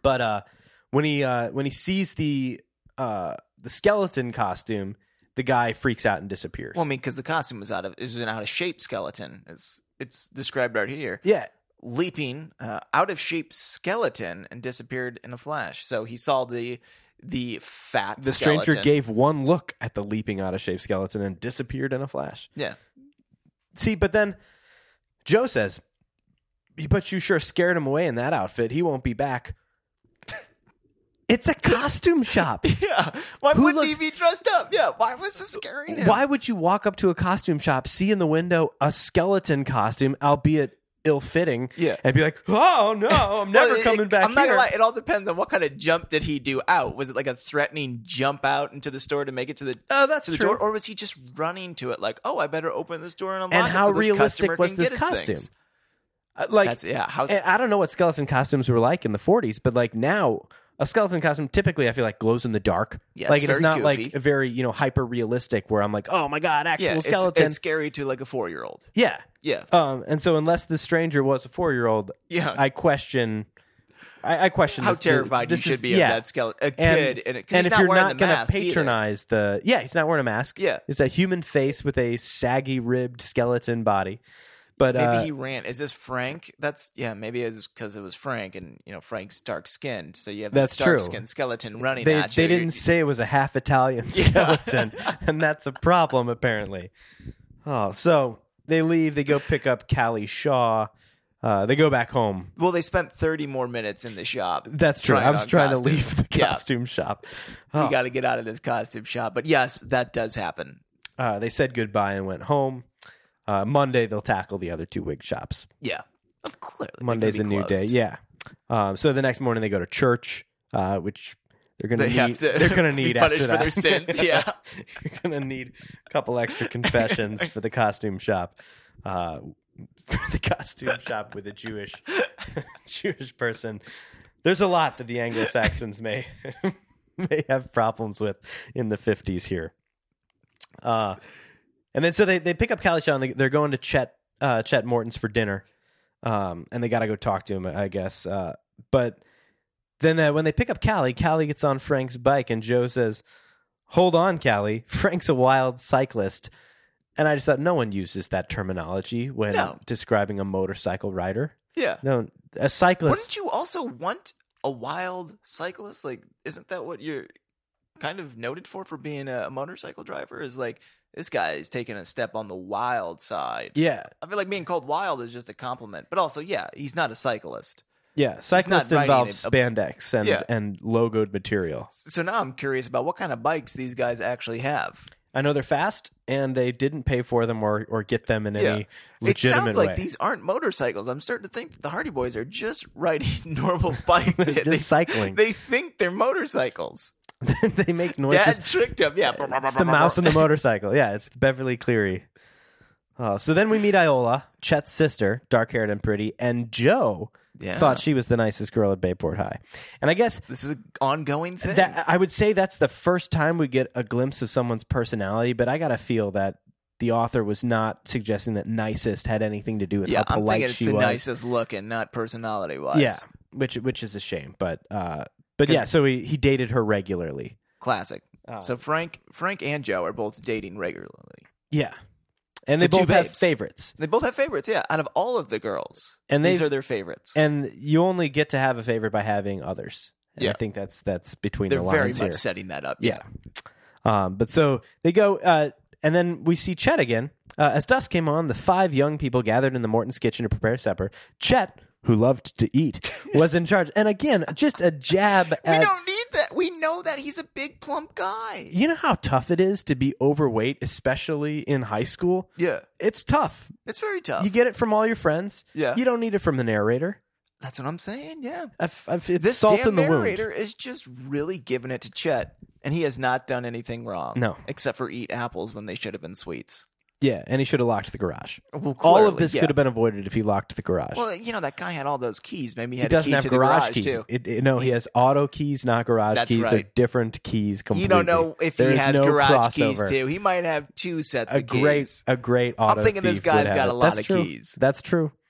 Speaker 1: But uh, when he uh, when he sees the uh, the skeleton costume, the guy freaks out and disappears.
Speaker 2: Well, I mean, because the costume was out of it was an out of shape skeleton. It's it's described right here,
Speaker 1: yeah,
Speaker 2: leaping uh, out of shape skeleton and disappeared in a flash. So he saw the the fat
Speaker 1: The
Speaker 2: skeleton.
Speaker 1: stranger gave one look at the leaping out of shape skeleton and disappeared in a flash.
Speaker 2: yeah
Speaker 1: See, but then Joe says, But you sure scared him away in that outfit. He won't be back. [LAUGHS] It's a
Speaker 2: [LAUGHS]
Speaker 1: costume shop.
Speaker 2: [LAUGHS] yeah. Why
Speaker 1: Who
Speaker 2: wouldn't he
Speaker 1: looks-
Speaker 2: be dressed up? Yeah, why was this scaring him?
Speaker 1: Why would you walk up to a costume shop, see in the window a skeleton costume, albeit ill fitting,
Speaker 2: Yeah.
Speaker 1: and be like, Oh
Speaker 2: [LAUGHS]
Speaker 1: no, I'm never
Speaker 2: Well, it-
Speaker 1: coming back
Speaker 2: I'm not
Speaker 1: here.
Speaker 2: gonna lie. It all depends on what kind of jump did he do out. Was it like a threatening jump out into the store to make it to the
Speaker 1: Oh, that's
Speaker 2: to the
Speaker 1: true.
Speaker 2: door, or was he just running to it like, oh, I better open this door and unlock
Speaker 1: and
Speaker 2: it
Speaker 1: how
Speaker 2: so this customer
Speaker 1: realistic was
Speaker 2: can
Speaker 1: this
Speaker 2: get his
Speaker 1: costume?
Speaker 2: things?
Speaker 1: Uh, Like
Speaker 2: That's yeah. How
Speaker 1: And I don't know what skeleton costumes were like in the 40s, but like now, a skeleton costume typically I feel like glows in the dark.
Speaker 2: Yeah,
Speaker 1: like
Speaker 2: it's
Speaker 1: it is
Speaker 2: very
Speaker 1: not like
Speaker 2: goofy.
Speaker 1: very you know hyper realistic where I'm like, oh my god, actual
Speaker 2: yeah, it's,
Speaker 1: skeleton.
Speaker 2: it's scary to like a four year old.
Speaker 1: yeah.
Speaker 2: Yeah,
Speaker 1: Um. And so unless the stranger was a four year old,
Speaker 2: yeah.
Speaker 1: I question. I, I question
Speaker 2: how
Speaker 1: this-
Speaker 2: terrified
Speaker 1: this
Speaker 2: you
Speaker 1: is-
Speaker 2: should be
Speaker 1: yeah.
Speaker 2: of that skeleton, a
Speaker 1: And,
Speaker 2: kid, and, it- 'cause
Speaker 1: and
Speaker 2: he's
Speaker 1: if
Speaker 2: not
Speaker 1: you're
Speaker 2: wearing
Speaker 1: not
Speaker 2: the
Speaker 1: gonna
Speaker 2: mask either.
Speaker 1: patronize the, yeah, he's not wearing a mask.
Speaker 2: Yeah.
Speaker 1: it's a human face with a saggy ribbed skeleton body. But
Speaker 2: Maybe
Speaker 1: uh,
Speaker 2: he ran. Is this Frank? That's yeah. Maybe it's because it was Frank, and you know Frank's dark skinned, so you have this
Speaker 1: That's true.
Speaker 2: dark skinned skeleton running
Speaker 1: they,
Speaker 2: at you.
Speaker 1: they
Speaker 2: You're-
Speaker 1: didn't say it was a half Italian [LAUGHS] skeleton, and that's a problem apparently. Oh, so they leave. They go pick up Callie Shaw. Uh, they go back home.
Speaker 2: Well, they spent 30 more minutes in the shop.
Speaker 1: That's true.
Speaker 2: Trying
Speaker 1: I was
Speaker 2: on
Speaker 1: trying to
Speaker 2: costumes.
Speaker 1: leave the
Speaker 2: Yeah.
Speaker 1: costume shop. Oh.
Speaker 2: We got to get out of this costume shop. But yes, that does happen.
Speaker 1: Uh, they said goodbye and went home. Uh, Monday they'll tackle the other two wig shops.
Speaker 2: Yeah. Of course. they're
Speaker 1: Monday's a
Speaker 2: gonna be
Speaker 1: new day.
Speaker 2: closed.
Speaker 1: Yeah. Um, so the next morning they go to church, uh, which they're gonna
Speaker 2: They
Speaker 1: need.
Speaker 2: have to
Speaker 1: they're gonna
Speaker 2: [LAUGHS] be
Speaker 1: need
Speaker 2: punished
Speaker 1: after
Speaker 2: for
Speaker 1: that.
Speaker 2: their
Speaker 1: [LAUGHS]
Speaker 2: sins. Yeah.
Speaker 1: you're gonna need a couple extra confessions for the costume shop. Uh, for the costume shop with a Jewish [LAUGHS] Jewish person, there's a lot that the Anglo Saxons may [LAUGHS] may have problems with in the 50s here. Uh, and then so they they pick up Kalishaw and they, they're going to Chet uh, Chet Morton's for dinner, um, and they got to go talk to him, I guess. Uh, but then uh, when they pick up Callie, Callie gets on Frank's bike, and Joe says, "Hold on, Callie. [LAUGHS] Frank's a wild cyclist." And I just thought no one uses that terminology when
Speaker 2: No.
Speaker 1: describing a motorcycle rider.
Speaker 2: Yeah.
Speaker 1: No, a cyclist.
Speaker 2: Wouldn't you also want a wild cyclist? Like, isn't that what you're kind of noted for for being a motorcycle driver? Is like this guy is taking a step on the wild side.
Speaker 1: yeah,
Speaker 2: I feel like being called wild is just a compliment, but also, yeah, he's not a cyclist.
Speaker 1: yeah.
Speaker 2: not
Speaker 1: Cyclist
Speaker 2: riding
Speaker 1: involves
Speaker 2: it up-
Speaker 1: spandex and
Speaker 2: Yeah.
Speaker 1: and logoed material.
Speaker 2: So now I'm curious about what kind of bikes these guys actually have.
Speaker 1: I know they're fast and they didn't pay for them or, or get them in any
Speaker 2: Yeah. It
Speaker 1: legitimate
Speaker 2: sounds like
Speaker 1: way.
Speaker 2: these aren't motorcycles. I'm starting to think that the Hardy Boys are just riding [LAUGHS]
Speaker 1: [LAUGHS]
Speaker 2: normal
Speaker 1: [LAUGHS]
Speaker 2: bikes.
Speaker 1: Just
Speaker 2: [LAUGHS] they,
Speaker 1: cycling.
Speaker 2: They think they're motorcycles.
Speaker 1: [LAUGHS] they make noises.
Speaker 2: Dad tricked him. Yeah,
Speaker 1: it's the mouse
Speaker 2: [LAUGHS]
Speaker 1: and the motorcycle. Yeah, it's Beverly Cleary. Uh, so then we meet Iola, Chet's sister, dark haired and pretty, and Joe
Speaker 2: Yeah.
Speaker 1: thought she was the nicest girl at Bayport High. And I guess
Speaker 2: This is an ongoing thing.
Speaker 1: that I would say that's the first time we get a glimpse of someone's personality, but I gotta feel that the author was not suggesting that nicest had anything to do with
Speaker 2: yeah,
Speaker 1: how
Speaker 2: I'm
Speaker 1: polite
Speaker 2: thinking it's
Speaker 1: she
Speaker 2: the
Speaker 1: was.
Speaker 2: nicest looking, not personality wise.
Speaker 1: Yeah, which which is a shame, but uh, but
Speaker 2: 'Cause-
Speaker 1: yeah, so he, he dated her regularly.
Speaker 2: classic.
Speaker 1: Uh,
Speaker 2: So Frank, Frank and Joe are both dating regularly.
Speaker 1: yeah, and
Speaker 2: So
Speaker 1: they
Speaker 2: two
Speaker 1: both have
Speaker 2: babes.
Speaker 1: favorites,
Speaker 2: They both have favorites. Yeah, out of all of the girls,
Speaker 1: And
Speaker 2: these
Speaker 1: they've-
Speaker 2: are their favorites.
Speaker 1: and you only get to have a favorite by having others. And
Speaker 2: Yeah.
Speaker 1: I think that's that's between
Speaker 2: They're
Speaker 1: the
Speaker 2: very
Speaker 1: lines
Speaker 2: much
Speaker 1: here.
Speaker 2: setting that up.
Speaker 1: Yeah. Um, but so they go, uh, and then we see Chet again. Uh, as dusk came on, the five young people gathered in the Morton's kitchen to prepare supper. Chet, who loved to
Speaker 2: [LAUGHS]
Speaker 1: eat, was in charge. And again, just a jab
Speaker 2: we
Speaker 1: at.
Speaker 2: don't need that. We know that he's a big plump guy.
Speaker 1: You know how tough it is to be overweight, especially in high school?
Speaker 2: Yeah,
Speaker 1: It's tough.
Speaker 2: it's very tough.
Speaker 1: You get it from all your friends.
Speaker 2: Yeah.
Speaker 1: You don't need it from the narrator.
Speaker 2: That's what I'm saying. Yeah,
Speaker 1: I've, I've, it's
Speaker 2: this
Speaker 1: salt
Speaker 2: damn
Speaker 1: in the
Speaker 2: narrator
Speaker 1: wound.
Speaker 2: is just really giving it to Chet, and he has not done anything wrong.
Speaker 1: No.
Speaker 2: except for eat apples when they should have been sweets.
Speaker 1: Yeah, and he should have locked the garage.
Speaker 2: Well,
Speaker 1: all of
Speaker 2: clearly,
Speaker 1: this
Speaker 2: yeah.
Speaker 1: could have been avoided if he locked the garage.
Speaker 2: Well, you know that guy had all those keys. Maybe he
Speaker 1: he
Speaker 2: had a
Speaker 1: doesn't
Speaker 2: key
Speaker 1: have
Speaker 2: to
Speaker 1: garage
Speaker 2: the garage
Speaker 1: keys.
Speaker 2: too.
Speaker 1: It- it- no, he has auto keys, not garage
Speaker 2: That's
Speaker 1: keys. They're
Speaker 2: right.
Speaker 1: different keys completely.
Speaker 2: You don't know if
Speaker 1: There
Speaker 2: he
Speaker 1: is
Speaker 2: has
Speaker 1: no
Speaker 2: garage keys
Speaker 1: crossover.
Speaker 2: too. He might have two sets
Speaker 1: A
Speaker 2: of keys.
Speaker 1: great, a great auto.
Speaker 2: I'm thinking this
Speaker 1: thief would
Speaker 2: guy's
Speaker 1: have
Speaker 2: got a
Speaker 1: it.
Speaker 2: lot
Speaker 1: That's
Speaker 2: of
Speaker 1: true.
Speaker 2: keys.
Speaker 1: That's true. [SIGHS]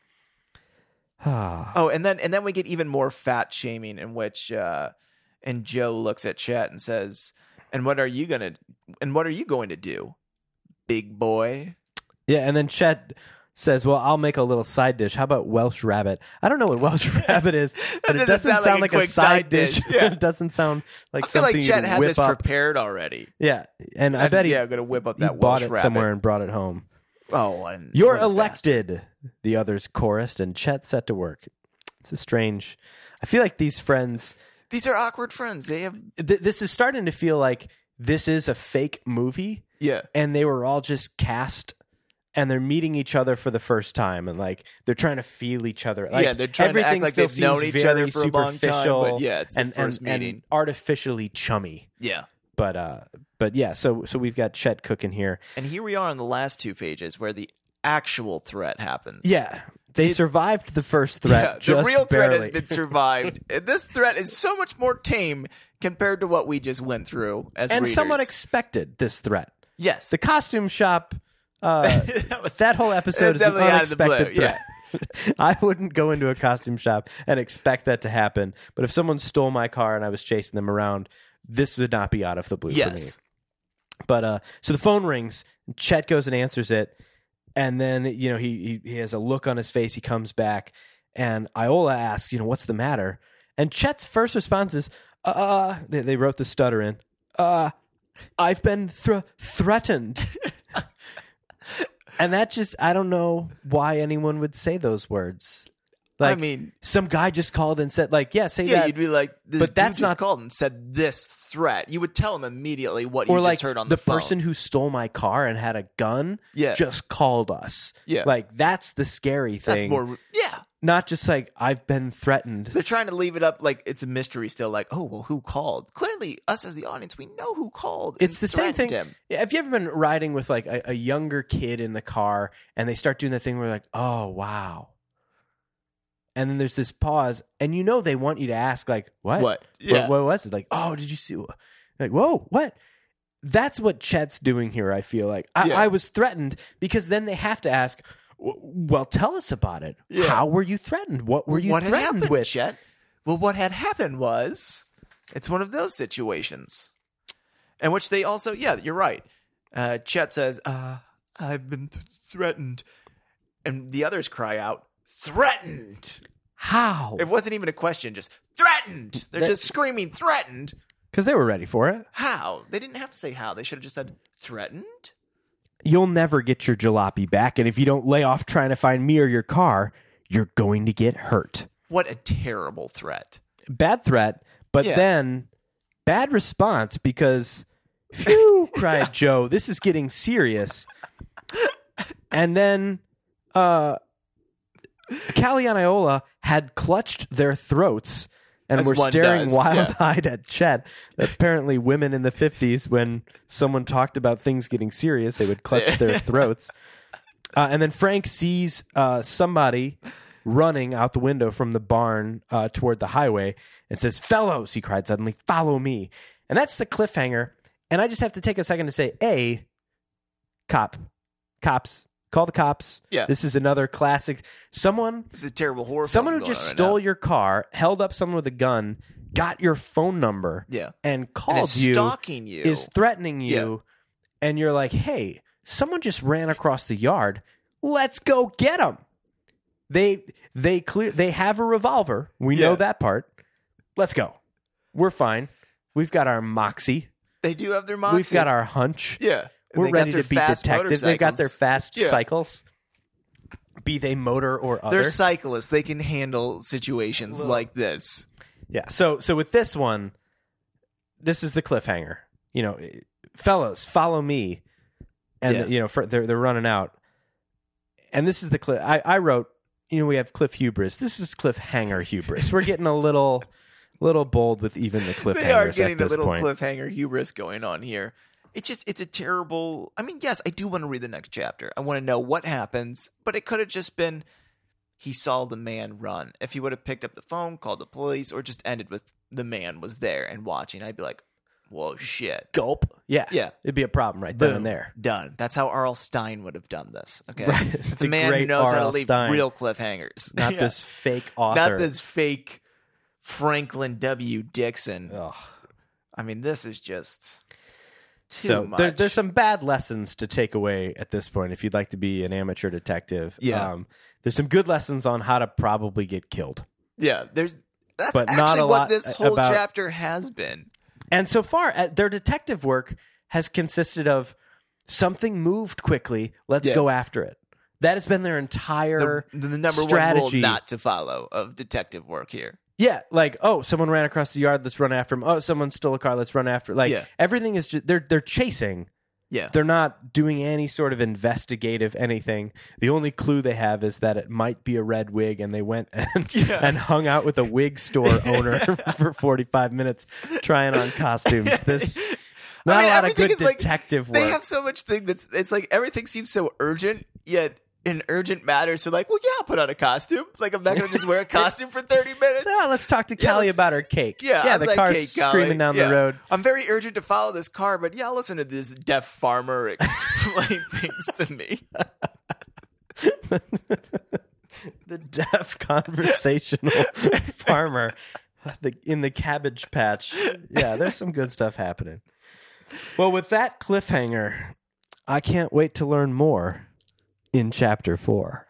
Speaker 1: Ah,
Speaker 2: Oh, and then and then we get even more fat shaming in which uh and Joe looks at Chet and says, "And what are you gonna? And what are you going to do, big boy?"
Speaker 1: yeah, and then Chet says, "Well, I'll make a little side dish. How about Welsh rabbit? I don't know what Welsh [LAUGHS] rabbit is, but it
Speaker 2: doesn't
Speaker 1: doesn't
Speaker 2: sound
Speaker 1: sound like
Speaker 2: like a
Speaker 1: a
Speaker 2: quick
Speaker 1: side
Speaker 2: side
Speaker 1: dish. [LAUGHS]
Speaker 2: dish. Yeah.
Speaker 1: it doesn't sound like
Speaker 2: I feel like
Speaker 1: something
Speaker 2: Chet
Speaker 1: you'd
Speaker 2: had
Speaker 1: whip
Speaker 2: this
Speaker 1: up.
Speaker 2: prepared already.
Speaker 1: yeah, and I bet he,
Speaker 2: yeah, I'm gonna whip up
Speaker 1: he
Speaker 2: that
Speaker 1: bought
Speaker 2: Welsh
Speaker 1: it
Speaker 2: rabbit.
Speaker 1: somewhere and brought it home.
Speaker 2: Oh, and
Speaker 1: You're
Speaker 2: what a bastard.
Speaker 1: elected, the others chorused, and Chet set to work. It's a strange. I feel like these friends.
Speaker 2: These are awkward friends. They have
Speaker 1: Th- this is starting to feel like this is a fake movie,
Speaker 2: yeah.
Speaker 1: and they were all just cast, and they're meeting each other for the first time, and like they're trying to feel each other. Like,
Speaker 2: Yeah, they're trying to act
Speaker 1: everything
Speaker 2: like
Speaker 1: still
Speaker 2: they've known
Speaker 1: seems
Speaker 2: each other
Speaker 1: very
Speaker 2: for a long time, but
Speaker 1: superficial
Speaker 2: yeah, it's the
Speaker 1: and,
Speaker 2: first
Speaker 1: and,
Speaker 2: meeting.
Speaker 1: and artificially chummy.
Speaker 2: Yeah.
Speaker 1: But uh, but yeah, so so we've got Chet cooking here.
Speaker 2: And here we are on the last two pages where the actual threat happens.
Speaker 1: Yeah, they survived the first threat.
Speaker 2: Yeah, [LAUGHS] the
Speaker 1: just
Speaker 2: real threat
Speaker 1: barely.
Speaker 2: has
Speaker 1: [LAUGHS]
Speaker 2: been survived. And this threat is so much more tame compared to what we just went through as
Speaker 1: and
Speaker 2: readers.
Speaker 1: someone expected this threat. [LAUGHS]
Speaker 2: yes, [LAUGHS]
Speaker 1: The costume shop, uh,
Speaker 2: That was-
Speaker 1: that whole episode is an
Speaker 2: definitely out of the blue,
Speaker 1: unexpected
Speaker 2: yeah.
Speaker 1: threat. [LAUGHS] I wouldn't go into a costume shop and expect that to happen. But if someone stole my car and I was chasing them around, this would not be out of the blue for me.
Speaker 2: [LAUGHS] yes.
Speaker 1: But uh, so the phone rings. Chet goes and answers it, and then you know he, he he has a look on his face. He comes back, and Iola asks, you know, what's the matter? And Chet's first response is, uh, they, they wrote the stutter in, uh, I've been thr threatened. and that just I don't know why anyone would say those words. Like
Speaker 2: I mean,
Speaker 1: some guy just called and said, like, yeah, say
Speaker 2: yeah,
Speaker 1: that.
Speaker 2: you'd be like, this
Speaker 1: but
Speaker 2: dude
Speaker 1: that's
Speaker 2: just
Speaker 1: not-
Speaker 2: called and said this threat. You would tell him immediately what
Speaker 1: or
Speaker 2: you
Speaker 1: like
Speaker 2: just heard on
Speaker 1: the,
Speaker 2: the, phone.
Speaker 1: person who stole my car and had a gun
Speaker 2: Yeah.
Speaker 1: just called us
Speaker 2: Yeah.
Speaker 1: like that's the scary thing
Speaker 2: That's more. Yeah,
Speaker 1: not just like i've been threatened
Speaker 2: they're trying to leave it up like it's a mystery still. Like, oh well, who called? Clearly, us as the audience, we know who called. and
Speaker 1: it's the same thing
Speaker 2: threatened Him.
Speaker 1: Yeah, have you ever been riding with like a, a younger kid in the car and they start doing that thing where like oh wow and then there's this pause and you know they want you to ask like what
Speaker 2: What?
Speaker 1: What, what was it? Like, oh, did you see? Like, whoa, what? That's what Chet's doing here. I feel like I,
Speaker 2: Yeah.
Speaker 1: I was threatened because then they have to ask. "W- Well, tell us about it.
Speaker 2: Yeah.
Speaker 1: How were you threatened? What were you
Speaker 2: what had
Speaker 1: threatened
Speaker 2: happened,
Speaker 1: with?
Speaker 2: Chet? Well, what had happened was it's one of those situations in which they also, yeah, you're right. Uh, Chet says, uh, I've been th- threatened. And the others cry out, threatened.
Speaker 1: How?
Speaker 2: It wasn't even a question, just threatened. They're
Speaker 1: That-
Speaker 2: just screaming, threatened.
Speaker 1: Because they were ready for it.
Speaker 2: How? They didn't have to say how. They should have just said, threatened?
Speaker 1: You'll never get your jalopy back, and if you don't lay off trying to find me or your car, you're going to get hurt.
Speaker 2: What a terrible threat.
Speaker 1: Bad threat, but
Speaker 2: Yeah. [LAUGHS]
Speaker 1: then bad response because Phew, cried Joe. This is getting serious. And then uh, Callie and Iola had clutched their throats and
Speaker 2: As
Speaker 1: were
Speaker 2: one
Speaker 1: staring
Speaker 2: does, yeah.
Speaker 1: wild eyed at Chet. Apparently, women in the 50s, when someone talked about things getting serious, they would clutch
Speaker 2: [LAUGHS]
Speaker 1: their throats. Uh, and then Frank sees uh, somebody running out the window from the barn uh, toward the highway and says, Fellows, he cried suddenly, follow me. And that's the cliffhanger. And I just have to take a second to say, A, cop, cops, call the cops.
Speaker 2: Yeah.
Speaker 1: This is another classic. Someone
Speaker 2: It's a terrible horror.
Speaker 1: Someone
Speaker 2: film
Speaker 1: who
Speaker 2: going
Speaker 1: just
Speaker 2: on right
Speaker 1: stole
Speaker 2: now.
Speaker 1: your car, held up someone with a gun, got your phone number,
Speaker 2: Yeah.
Speaker 1: and
Speaker 2: And
Speaker 1: called
Speaker 2: is
Speaker 1: you,
Speaker 2: stalking you.
Speaker 1: is threatening you, and you're like, "Hey, someone just ran across the yard. Let's go get them." They they clear they have a revolver. We know
Speaker 2: Yeah.
Speaker 1: that part. Let's go. We're fine. We've got our moxie.
Speaker 2: they do have their moxie.
Speaker 1: We've got our hunch.
Speaker 2: yeah. And
Speaker 1: We're
Speaker 2: they got
Speaker 1: ready
Speaker 2: their
Speaker 1: to be
Speaker 2: fast
Speaker 1: detectives. They've got their
Speaker 2: motorcycles.
Speaker 1: fast
Speaker 2: Yeah.
Speaker 1: cycles, be they motor or other.
Speaker 2: They're cyclists. They can handle situations
Speaker 1: Well-
Speaker 2: like this.
Speaker 1: Yeah. So so with this one, this is the cliffhanger. You know, fellows, follow me, and
Speaker 2: Yeah.
Speaker 1: you know for, they're they're running out, and this is the cliff. I, I wrote. You know, we have cliff hubris. This is cliffhanger hubris. We're getting a little little bold with even the cliffhangers
Speaker 2: They are
Speaker 1: at
Speaker 2: getting a
Speaker 1: this
Speaker 2: little
Speaker 1: point.
Speaker 2: cliffhanger hubris going on here. It's just it's a terrible. I mean, yes, I do want to read the next chapter. I want to know what happens, but it could have just been he saw the man run. If he would have picked up the phone, called the police, or just ended with the man was there and watching, I'd be like, "Whoa, shit."
Speaker 1: Gulp. Yeah.
Speaker 2: Yeah.
Speaker 1: It'd be a problem right then
Speaker 2: Boom.
Speaker 1: and there.
Speaker 2: Done. That's how R.L. Stein would have done this. Okay.
Speaker 1: Right.
Speaker 2: It's
Speaker 1: The
Speaker 2: a man who
Speaker 1: great
Speaker 2: knows how to
Speaker 1: R.L.
Speaker 2: leave
Speaker 1: Stein.
Speaker 2: real cliffhangers.
Speaker 1: Not
Speaker 2: [LAUGHS] Yeah.
Speaker 1: this fake author.
Speaker 2: Not this fake Franklin W. Dixon.
Speaker 1: Ugh.
Speaker 2: I mean, this is just too
Speaker 1: so
Speaker 2: much.
Speaker 1: There, there's some bad lessons to take away at this point if you'd like to be an amateur detective.
Speaker 2: Yeah.
Speaker 1: Um, there's some good lessons on how to probably get killed.
Speaker 2: yeah, there's that's
Speaker 1: but not
Speaker 2: actually
Speaker 1: a lot
Speaker 2: what this whole
Speaker 1: about-
Speaker 2: chapter has been.
Speaker 1: And so far, uh, their detective work has consisted of something moved quickly, let's
Speaker 2: Yeah.
Speaker 1: go after it. That has been their
Speaker 2: The,
Speaker 1: entire.
Speaker 2: the number one
Speaker 1: strategy-
Speaker 2: rule not to follow of detective work here.
Speaker 1: yeah, like, oh, someone ran across the yard, let's run after him. Oh, someone stole a car, let's run after Like,
Speaker 2: Yeah.
Speaker 1: everything is just, they're, they're chasing.
Speaker 2: Yeah,
Speaker 1: They're not doing any sort of investigative anything. The only clue they have is that it might be a red wig, and they went [LAUGHS] and,
Speaker 2: Yeah.
Speaker 1: and hung out with a wig
Speaker 2: [LAUGHS]
Speaker 1: store owner for 45 minutes trying on costumes. This not
Speaker 2: mean,
Speaker 1: a lot of
Speaker 2: everything
Speaker 1: good
Speaker 2: is like-
Speaker 1: detective
Speaker 2: they
Speaker 1: work.
Speaker 2: have so much thing that's it's like everything seems so urgent yet. In urgent matters, so like, well, yeah, I'll put on a costume. Like, I'm not gonna
Speaker 1: [LAUGHS]
Speaker 2: just wear a costume for 30 minutes.
Speaker 1: So, "Ah, let's talk to
Speaker 2: Yeah,
Speaker 1: Callie
Speaker 2: let's-
Speaker 1: about her cake.
Speaker 2: Yeah, I
Speaker 1: yeah
Speaker 2: was
Speaker 1: the
Speaker 2: like,
Speaker 1: car's
Speaker 2: "Hey, Golly,
Speaker 1: screaming down
Speaker 2: yeah.
Speaker 1: the road.
Speaker 2: I'm very urgent to follow this car, but yeah, I'll listen to this deaf farmer [LAUGHS] explain things to me.
Speaker 1: The deaf [LAUGHS] conversational [LAUGHS] farmer the, in the cabbage patch. Yeah, there's some good stuff happening. Well, with that cliffhanger, I can't wait to learn more in chapter four.